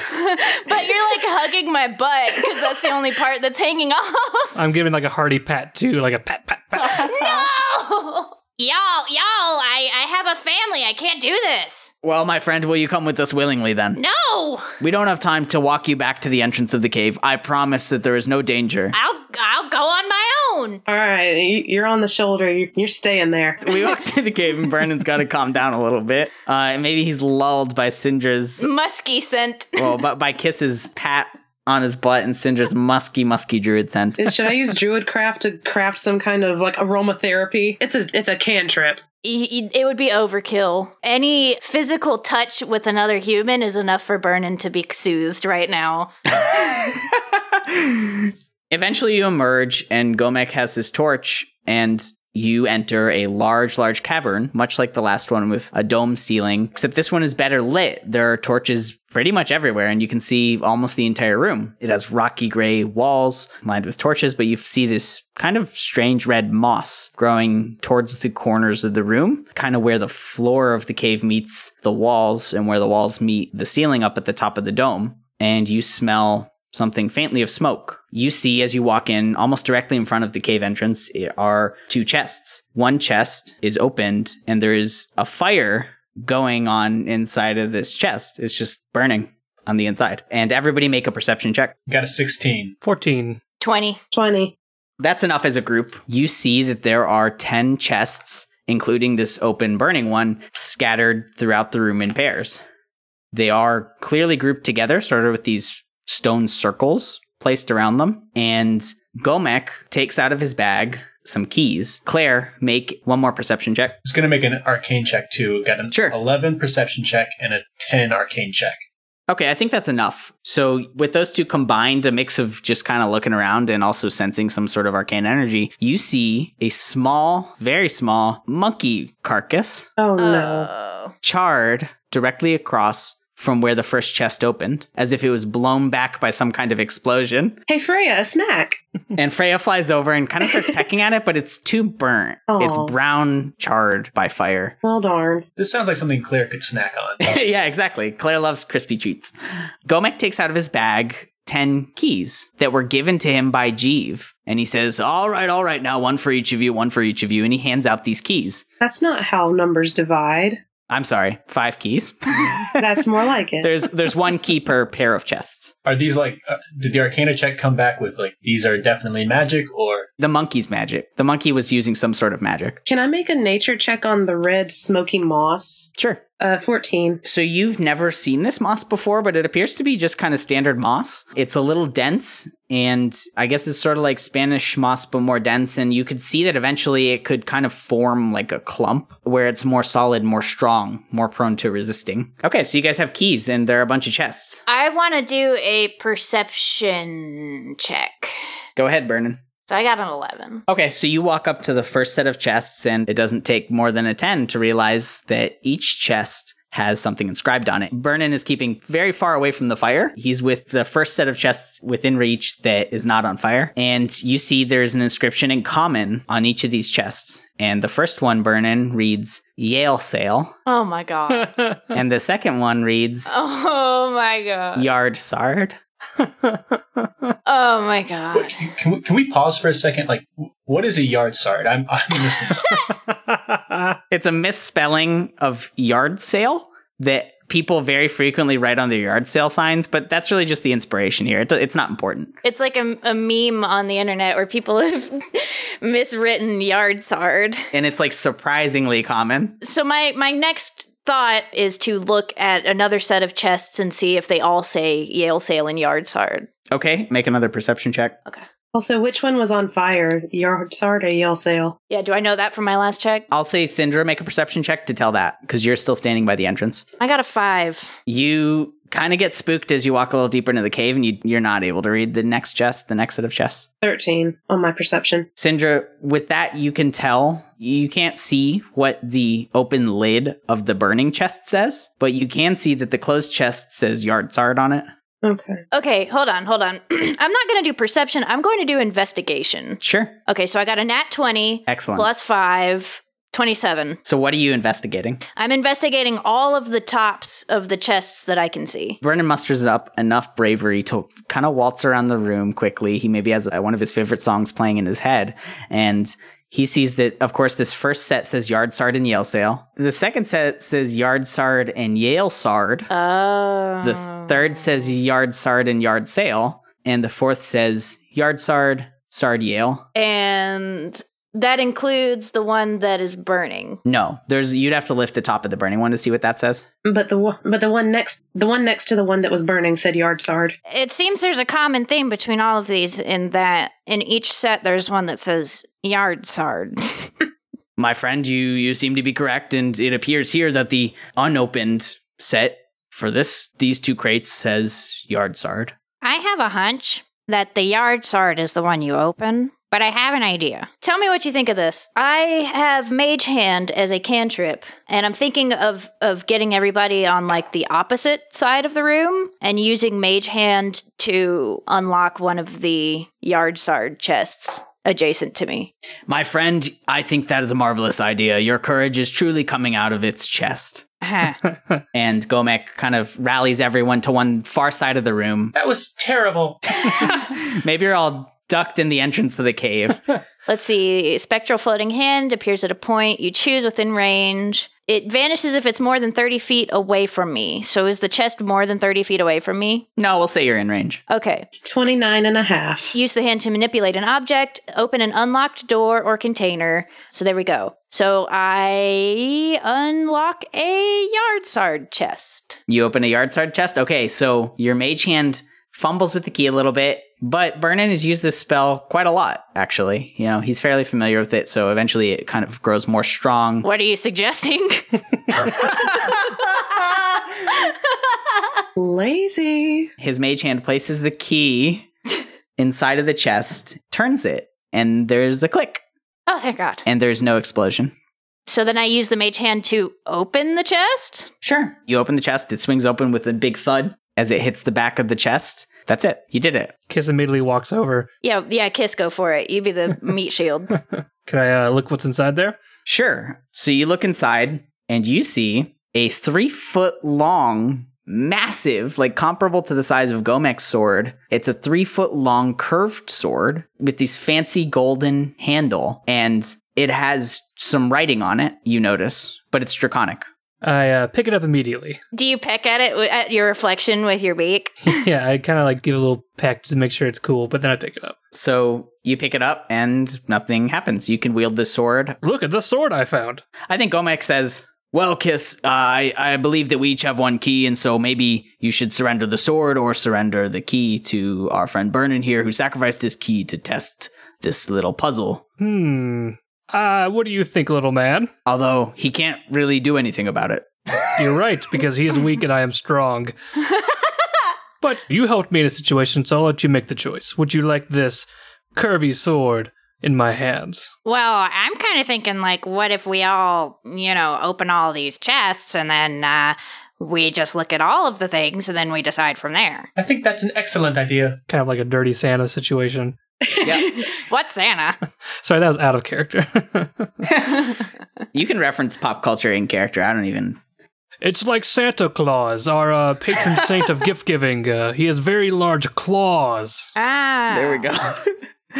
Speaker 3: you're like hugging my butt because that's the only part that's hanging off.
Speaker 2: I'm giving like a hearty pat too, like a pat, pat, pat.
Speaker 3: No. Y'all, y'all, I, I have a family. I can't do this.
Speaker 1: well, my friend, will you come with us willingly then?
Speaker 3: No.
Speaker 1: We don't have time to walk you back to the entrance of the cave. I promise that there is no danger.
Speaker 3: I'll I'll go on my own.
Speaker 5: All right, you- you're on the shoulder. You're you're staying there.
Speaker 1: we walk through the cave, and Brandon's got to calm down a little bit. Uh, and maybe he's lulled by Syndra's,
Speaker 3: Musky scent.
Speaker 1: well, by, by Kiss's pat on his butt and Syndra's musky, musky druid scent.
Speaker 5: Should I use druid craft to craft some kind of like aromatherapy? It's a it's a cantrip.
Speaker 3: Y- y- It would be overkill. Any physical touch with another human is enough for Burnin to be soothed right now.
Speaker 1: Eventually, you emerge, and Gomek has his torch, and you enter a large, large cavern, much like the last one with a dome ceiling, except this one is better lit. There are torches pretty much everywhere, and you can see almost the entire room. It has rocky gray walls lined with torches, but you see this kind of strange red moss growing towards the corners of the room, kind of where the floor of the cave meets the walls and where the walls meet the ceiling up at the top of the dome. And you smell something faintly of smoke. You see as you walk in, almost directly in front of the cave entrance, are two chests. One chest is opened, and there is a fire going on inside of this chest. It's just burning on the inside. And everybody make a perception check.
Speaker 4: Got a 16.
Speaker 2: 14.
Speaker 3: 20.
Speaker 5: Twenty.
Speaker 1: That's enough as a group. You see that there are 10 chests, including this open burning one, scattered throughout the room in pairs. They are clearly grouped together, sort of with these stone circles placed around them. And Gomek takes out of his bag some keys. Claire, make one more perception check.
Speaker 4: Just going to make an arcane check too. Got an
Speaker 1: Sure.
Speaker 4: 11 perception check and a 10 arcane check.
Speaker 1: Okay, I think that's enough. So, with those two combined, a mix of just kind of looking around and also sensing some sort of arcane energy, you see a small, very small monkey carcass
Speaker 5: Oh no!
Speaker 3: Oh.
Speaker 1: charred directly across from where the first chest opened, as if it was blown back by some kind of explosion.
Speaker 5: Hey Freya, a snack.
Speaker 1: And Freya flies over and kind of starts pecking at it, but it's too burnt.
Speaker 5: Aw.
Speaker 1: It's brown, charred by fire.
Speaker 5: Well darn.
Speaker 4: This sounds like something Claire could snack on.
Speaker 1: yeah, exactly. Claire loves crispy treats. Gomek takes out of his bag 10 keys that were given to him by Jeeve. And he says, All right, all right, now one for each of you, one for each of you. And he hands out these keys.
Speaker 5: That's not how numbers divide.
Speaker 1: I'm sorry, five keys.
Speaker 5: That's more like it.
Speaker 1: there's there's one key per pair of chests.
Speaker 4: Are these like, uh, did the arcana check come back with like, these are definitely magic or
Speaker 1: The monkey's magic. The monkey was using some sort of magic.
Speaker 5: Can I make a nature check on the red smoking moss?
Speaker 1: Sure.
Speaker 5: Uh, 14.
Speaker 1: So you've never seen this moss before, but it appears to be just kind of standard moss. It's a little dense, and I guess it's sort of like Spanish moss, but more dense. And you could see that eventually it could kind of form like a clump where it's more solid, more strong, more prone to resisting. Okay, so you guys have keys, and there are a bunch of chests.
Speaker 3: I want to do a perception check.
Speaker 1: Go ahead, Vernon.
Speaker 3: So I got an 11.
Speaker 1: Okay, so you walk up to the first set of chests, and it doesn't take more than a 10 to realize that each chest has something inscribed on it. Vernon is keeping very far away from the fire. He's with the first set of chests within reach that is not on fire. And you see there's an inscription in common on each of these chests. And the first one, Vernon, reads Yale Sale.
Speaker 3: Oh my god.
Speaker 1: and the second one reads
Speaker 3: oh my god.
Speaker 1: Yard Sard.
Speaker 3: Oh my god.
Speaker 4: What, can, we, can we pause for a second? Like, w- what is a yard sard? I'm, I'm missing something.
Speaker 1: It's a misspelling of yard sale that people very frequently write on their yard sale signs, but that's really just the inspiration here. It, do- it's not important.
Speaker 3: It's like a, a meme on the internet where people have miswritten yard sard.
Speaker 1: And it's like surprisingly common.
Speaker 3: So my my next thought is to look at another set of chests and see if they all say Yale sale and yard sard.
Speaker 1: Okay, make another perception check.
Speaker 5: Also, which one was on fire? Yard Sard or Yale Sale?
Speaker 3: Yeah, do I know that from my last check?
Speaker 1: I'll say Syndra, make a perception check to tell that because you're still standing by the entrance.
Speaker 3: I got a five.
Speaker 1: You kind of get spooked as you walk a little deeper into the cave and you, you're not able to read the next chest, the next set of chests.
Speaker 5: 13 on my perception.
Speaker 1: Syndra, with that, you can tell you can't see what the open lid of the burning chest says, but you can see that the closed chest says yard sard on it.
Speaker 5: Okay.
Speaker 3: Okay, hold on, hold on. I'm not going to do perception. I'm going to do investigation.
Speaker 1: Sure.
Speaker 3: Okay, so I got a nat 20
Speaker 1: Excellent.
Speaker 3: plus 5, 27.
Speaker 1: so, what are you investigating?
Speaker 3: I'm investigating all of the tops of the chests that I can see.
Speaker 1: Vernon musters up enough bravery to kind of waltz around the room quickly. He maybe has uh, one of his favorite songs playing in his head. And he sees that, of course, this first set says Yard Sard and Yale Sale. The second set says Yard Sard and Yale Sard.
Speaker 3: Oh.
Speaker 1: The third says Yard Sard and Yard Sale. And the fourth says Yard Sard, Sard Yale.
Speaker 3: And that includes the one that is burning.
Speaker 1: No, there's you'd have to lift the top of the burning one to see what that says.
Speaker 5: But the one- but the one next the one next to the one that was burning said Yard Sard.
Speaker 3: It seems there's a common theme between all of these in that in each set there's one that says yard sard.
Speaker 1: My friend, you you seem to be correct, and it appears here that the unopened set for this these two crates says yard sard.
Speaker 3: I have a hunch that the yard sard is the one you open, but I have an idea. Tell me what you think of this. I have mage hand as a cantrip, and I'm thinking of of getting everybody on like the opposite side of the room and using mage hand to unlock one of the yard sard chests adjacent to me.
Speaker 1: My friend, I think that is a marvelous idea. Your courage is truly coming out of its chest.
Speaker 3: Huh.
Speaker 1: And Gomek kind of rallies everyone to one far side of the room.
Speaker 4: That was terrible.
Speaker 1: Maybe you're all ducked in the entrance of the cave.
Speaker 3: Let's see. Spectral floating hand appears at a point you choose within range. It vanishes if it's more than 30 feet away from me. So is the chest more than 30 feet away from me?
Speaker 1: no, we'll say you're in range.
Speaker 3: Okay.
Speaker 5: It's 29 and a half.
Speaker 3: Use the hand to manipulate an object, open an unlocked door or container. So there we go. So I unlock a yard sard chest.
Speaker 1: You open a yard sard chest. Okay, so your mage hand fumbles with the key a little bit, but Vernon has used this spell quite a lot, actually. You know, he's fairly familiar with it, so eventually it kind of grows more strong.
Speaker 3: What are you suggesting?
Speaker 5: Lazy.
Speaker 1: His mage hand places the key inside of the chest, turns it, and there's a click,
Speaker 3: oh, thank God.
Speaker 1: and there's no explosion.
Speaker 3: So then I use the mage hand to open the chest.
Speaker 1: Sure. You open the chest, it swings open with a big thud as it hits the back of the chest. That's it. You did it.
Speaker 2: Kiss immediately walks over.
Speaker 3: Yeah, yeah, Kiss, go for it. You be the meat shield.
Speaker 2: Can I uh, look what's inside there?
Speaker 1: Sure. So you look inside and you see a three foot long, massive, like comparable to the size of Gomek's sword. It's a three foot long curved sword with this fancy golden handle. And it has some writing on it, you notice, but it's draconic.
Speaker 2: I uh, pick it up immediately.
Speaker 3: Do you peck at it wi- at your reflection with your beak?
Speaker 2: yeah, I kind of like give a little peck to make sure it's cool, but then I pick it up.
Speaker 1: So you pick it up and nothing happens. You can wield the sword.
Speaker 2: Look at the sword I found.
Speaker 1: I think Gomek says, Well, Kiss, uh, I, I believe that we each have one key, and so maybe you should surrender the sword or surrender the key to our friend Vernon here, who sacrificed his key to test this little puzzle.
Speaker 2: Hmm. Uh, what do you think, little man?
Speaker 1: Although he can't really do anything about it.
Speaker 2: You're right, because he is weak and I am strong. but you helped me in a situation, so I'll let you make the choice. Would you like this curvy sword in my hands?
Speaker 3: Well, I'm kind of thinking like, what if we all, you know, open all these chests and then uh, we just look at all of the things and then we decide from there.
Speaker 4: I think that's an excellent idea.
Speaker 2: Kind of like a dirty Santa situation.
Speaker 3: What's Santa?
Speaker 2: Sorry, that was out of character.
Speaker 1: You can reference pop culture in character. I don't even.
Speaker 2: It's like Santa Claus, our uh, patron saint of gift giving. Uh, he has very large claws.
Speaker 3: Ah.
Speaker 1: There we go.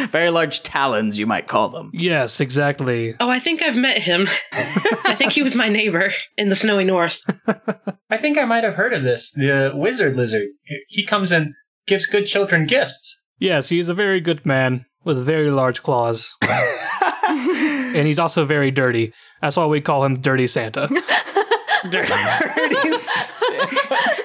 Speaker 1: Very large talons, you might call them.
Speaker 2: Yes, exactly.
Speaker 5: Oh, I think I've met him. I think he was my neighbor in the snowy north.
Speaker 4: I think I might have heard of this. The wizard lizard. He comes and gives good children gifts.
Speaker 2: Yes, he's a very good man with very large claws. and he's also very dirty. That's why we call him Dirty Santa.
Speaker 1: Dirty Santa.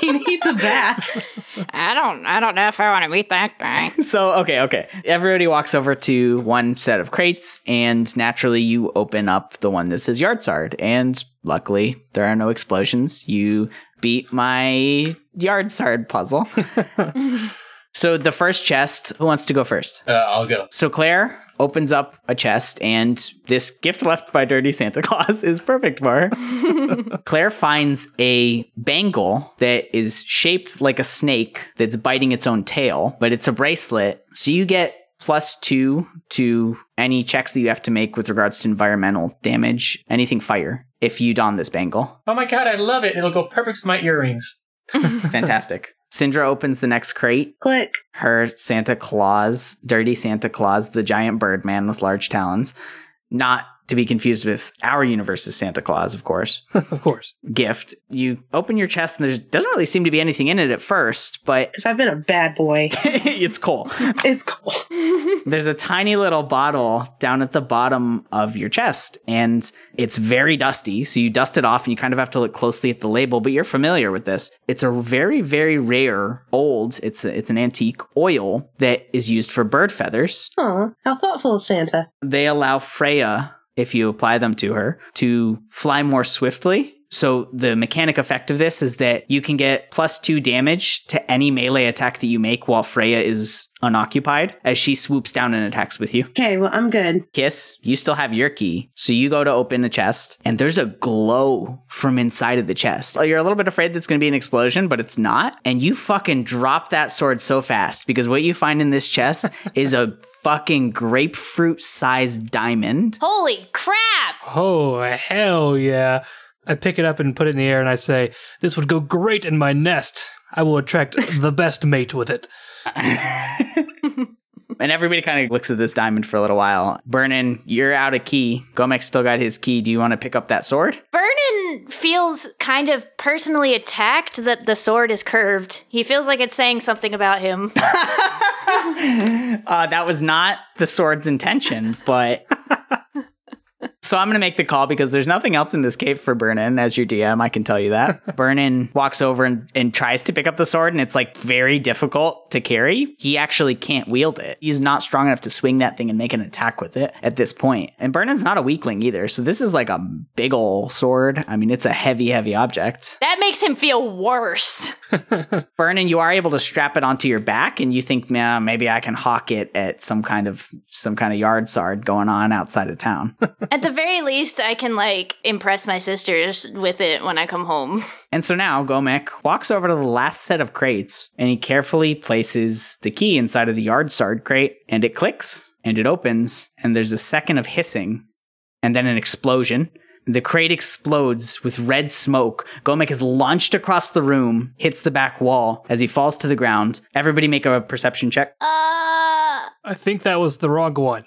Speaker 5: He needs a bath.
Speaker 3: Ah, I don't. I don't know if I want to meet that guy.
Speaker 1: So, okay, okay. Everybody walks over to one set of crates, and naturally, you open up the one that says Yard Sard. And luckily, there are no explosions. You beat my Yard Sard puzzle. so, the first chest, who wants to go first?
Speaker 4: Uh, I'll go.
Speaker 1: So, Claire opens up a chest, and this gift left by Dirty Santa Claus is perfect for her. Claire finds a bangle that is shaped like a snake that's biting its own tail, but it's a bracelet. So you get plus two to any checks that you have to make with regards to environmental damage, anything fire, if you don this bangle.
Speaker 4: Oh my god, I love it. It'll go perfect with my earrings.
Speaker 1: Fantastic. Syndra opens the next crate.
Speaker 5: Click.
Speaker 1: Her Santa Claus, Dirty Santa Claus, the giant bird man with large talons, not to be confused with our universe's Santa Claus, of course.
Speaker 2: of course.
Speaker 1: gift. You open your chest and there doesn't really seem to be anything in it at first, but
Speaker 5: Because I've been a bad boy.
Speaker 1: it's cool.
Speaker 5: It's cool.
Speaker 1: There's a tiny little bottle down at the bottom of your chest and it's very dusty. So you dust it off and you kind of have to look closely at the label, but you're familiar with this. It's a very, very rare old, it's, a, it's an antique oil that is used for bird feathers.
Speaker 5: Aw, how thoughtful of Santa.
Speaker 1: They allow Freya, if you apply them to her, to fly more swiftly. So the mechanic effect of this is that you can get plus two damage to any melee attack that you make while Freya is unoccupied as she swoops down and attacks with you.
Speaker 5: Okay, well, I'm good.
Speaker 1: Kiss, you still have your key. So you go to open the chest and there's a glow from inside of the chest. You're a little bit afraid that's going to be an explosion, but it's not. And you fucking drop that sword so fast because what you find in this chest is a fucking grapefruit sized diamond.
Speaker 3: Holy crap!
Speaker 2: Oh, hell yeah. I pick it up and put it in the air and I say, This would go great in my nest. I will attract the best mate with it.
Speaker 1: And everybody kind of looks at this diamond for a little while. Burnin, you're out of key. Gomek still got his key. Do you want to pick up that sword?
Speaker 3: Vernon feels kind of personally attacked that the sword is curved. He feels like it's saying something about him.
Speaker 1: Uh, that was not the sword's intention, but. So I'm going to make the call because there's nothing else in this cave for Burnin as your DM. I can tell you that. Burnin walks over and, and tries to pick up the sword, and it's like very difficult to carry. He actually can't wield it. He's not strong enough to swing that thing and make an attack with it at this point. And Burnin's not a weakling either. So this is like a big ol' sword. I mean, it's a heavy, heavy object.
Speaker 3: that makes him feel worse.
Speaker 1: Vernon, you are able to strap it onto your back, and you think, man, maybe I can hawk it at some kind of some kind of yard sard going on outside of town.
Speaker 3: At the very least, I can like impress my sisters with it when I come home.
Speaker 1: and so now Gomek walks over to the last set of crates, and he carefully places the key inside of the yard sard crate, and it clicks, and it opens, and there's a second of hissing, and then an explosion. The crate explodes with red smoke. Gomek is launched across the room, hits the back wall as he falls to the ground. Everybody make a perception check.
Speaker 3: Uh,
Speaker 2: I think that was the wrong one.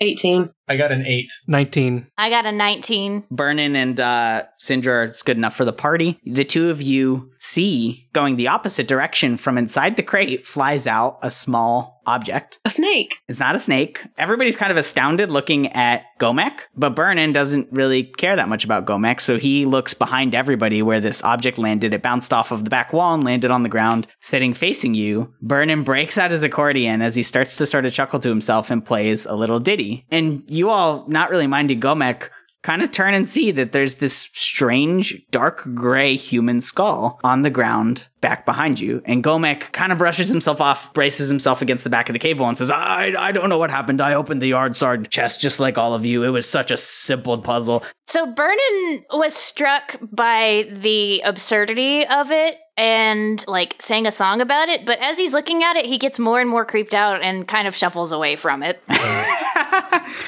Speaker 5: 18.
Speaker 4: I got an eight.
Speaker 2: 19.
Speaker 3: I got a 19.
Speaker 1: Burnin and uh, Syndra, it's good enough for the party. The two of you see going the opposite direction from inside the crate flies out a small object.
Speaker 5: A snake.
Speaker 1: It's not a snake. Everybody's kind of astounded looking at Gomek, but Burnin doesn't really care that much about Gomek, so he looks behind everybody where this object landed. It bounced off of the back wall and landed on the ground, sitting facing you. Burnin breaks out his accordion as he starts to sort of chuckle to himself and plays a little ditty. And you all, not really minding Gomek, kind of turn and see that there's this strange dark gray human skull on the ground back behind you and gomek kind of brushes himself off braces himself against the back of the cave wall and says i, I don't know what happened i opened the yard sard chest just like all of you it was such a simple puzzle
Speaker 3: So Vernon was struck by the absurdity of it and like sang a song about it, but as he's looking at it, he gets more and more creeped out and kind of shuffles away from it.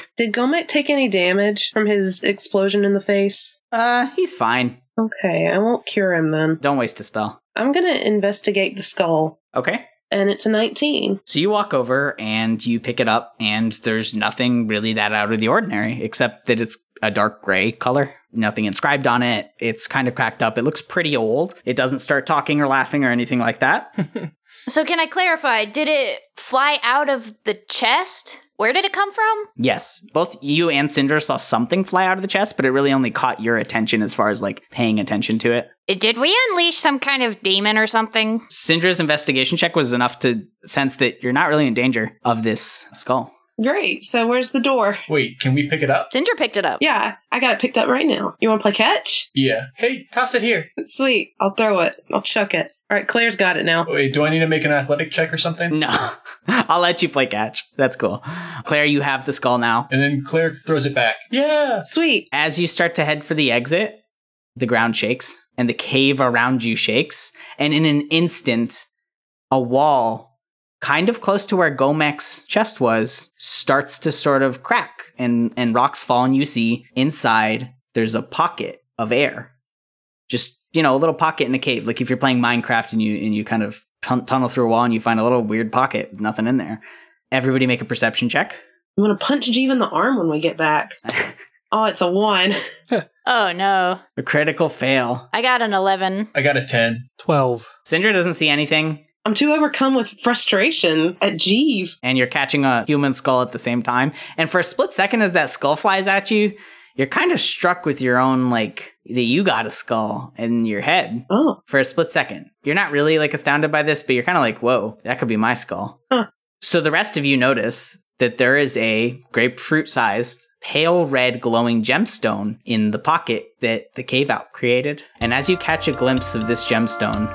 Speaker 5: Did Gomek take any damage from his explosion in the face?
Speaker 1: uh he's fine
Speaker 5: Okay, I won't cure him then.
Speaker 1: Don't waste a spell.
Speaker 5: I'm going to investigate the skull,
Speaker 1: Okay.
Speaker 5: and it's a 19.
Speaker 1: So you walk over and you pick it up, and there's nothing really that out of the ordinary, except that it's a dark gray color. Nothing inscribed on it. It's kind of cracked up. It looks pretty old. It doesn't start talking or laughing or anything like that.
Speaker 3: So, can I clarify? Did it fly out of the chest? Where did it come from?
Speaker 1: yes, both you and Cinder saw something fly out of the chest, but it really only caught your attention as far as like paying attention to it.
Speaker 3: Did we unleash some kind of demon or something?
Speaker 1: Cinder's investigation check was enough to sense that you're not really in danger of this skull.
Speaker 5: Great. So where's the door?
Speaker 4: Wait, can we pick it up?
Speaker 3: Cinder picked it up.
Speaker 5: Yeah, I got it picked up right now. You want to play catch?
Speaker 4: Yeah. Hey, toss it here.
Speaker 5: Sweet. I'll throw it. I'll chuck it. All right, Claire's got it now.
Speaker 4: Wait, do I need to make an athletic check or something?
Speaker 1: No, I'll let you play catch. That's cool. Claire, you have the skull now.
Speaker 4: And then Claire throws it back. Yeah.
Speaker 5: Sweet.
Speaker 1: As you start to head for the exit, the ground shakes and the cave around you shakes. And in an instant, a wall, kind of close to where Gomek's chest was, starts to sort of crack and, and rocks fall. And you see inside there's a pocket of air. Just, you know, a little pocket in a cave. Like if you're playing Minecraft and you, and you kind of tun- tunnel through a wall and you find a little weird pocket with nothing in there. Everybody make a perception check.
Speaker 5: I'm going to punch Jeeve in the arm when we get back. oh, it's a one.
Speaker 3: Oh no.
Speaker 1: A critical fail.
Speaker 3: I got an 11.
Speaker 4: I got a 10.
Speaker 2: 12.
Speaker 1: Syndra doesn't see anything.
Speaker 5: I'm too overcome with frustration at Jeeve.
Speaker 1: and you're catching a human skull at the same time. And for a split second, as that skull flies at you, you're kind of struck with your own, like, that you got a skull in your head
Speaker 5: Oh,
Speaker 1: for a split second. You're not really, like, astounded by this, but you're kind of like, whoa, that could be my skull.
Speaker 5: Huh.
Speaker 1: So the rest of you notice that there is a grapefruit sized, pale red glowing gemstone in the pocket that the cave out created. And as you catch a glimpse of this gemstone,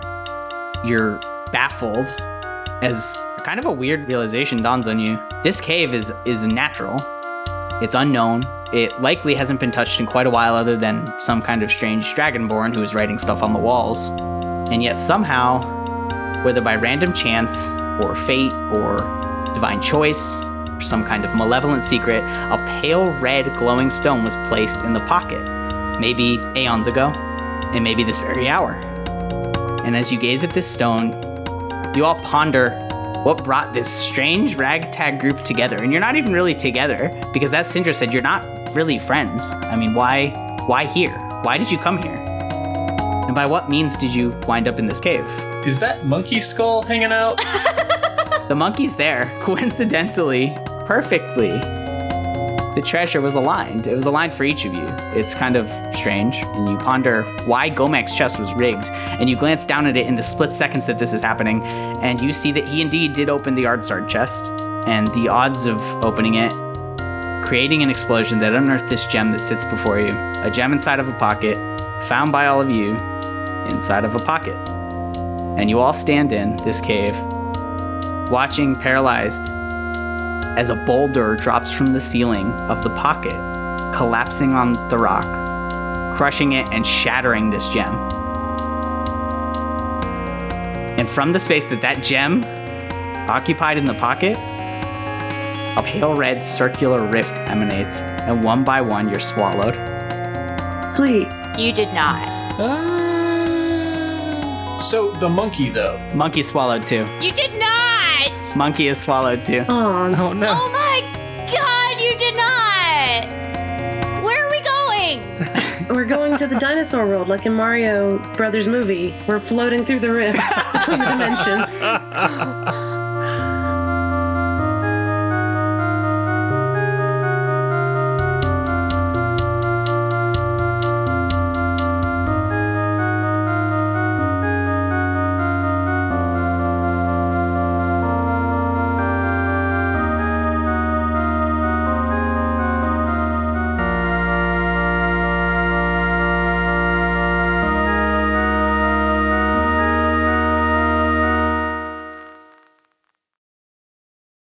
Speaker 1: you're baffled as kind of a weird realization dawns on you. This cave is is natural. It's unknown. It likely hasn't been touched in quite a while other than some kind of strange dragonborn who is writing stuff on the walls. And yet somehow, whether by random chance or fate or divine choice or some kind of malevolent secret, a pale red glowing stone was placed in the pocket. Maybe aeons ago, and maybe this very hour. And as you gaze at this stone, you all ponder what brought this strange ragtag group together. And you're not even really together because, as Sindra said, you're not really friends. I mean, why? Why here? Why did you come here? And by what means did you wind up in this cave?
Speaker 4: Is that monkey skull hanging out?
Speaker 1: The monkey's there, coincidentally, perfectly. The treasure was aligned. It was aligned for each of you. It's kind of strange, and you ponder why Gomek's chest was rigged, and you glance down at it in the split seconds that this is happening, and you see that he indeed did open the Ardsard chest, and the odds of opening it, creating an explosion that unearthed this gem that sits before you a gem inside of a pocket, found by all of you inside of a pocket. And you all stand in this cave watching paralyzed as a boulder drops from the ceiling of the pocket, collapsing on the rock, crushing it and shattering this gem. And from the space that that gem occupied in the pocket, a pale red circular rift emanates, and one by one you're swallowed.
Speaker 5: sweet.
Speaker 3: You did not.
Speaker 4: so the monkey, though.
Speaker 1: Monkey swallowed too.
Speaker 3: You did not!
Speaker 1: Monkey is swallowed too.
Speaker 5: Oh,
Speaker 2: Oh
Speaker 3: Oh
Speaker 2: no.
Speaker 3: my god, you did not! Where are we going?
Speaker 5: we're going to the dinosaur world like in Mario Brothers movie. We're floating through the rift between the dimensions.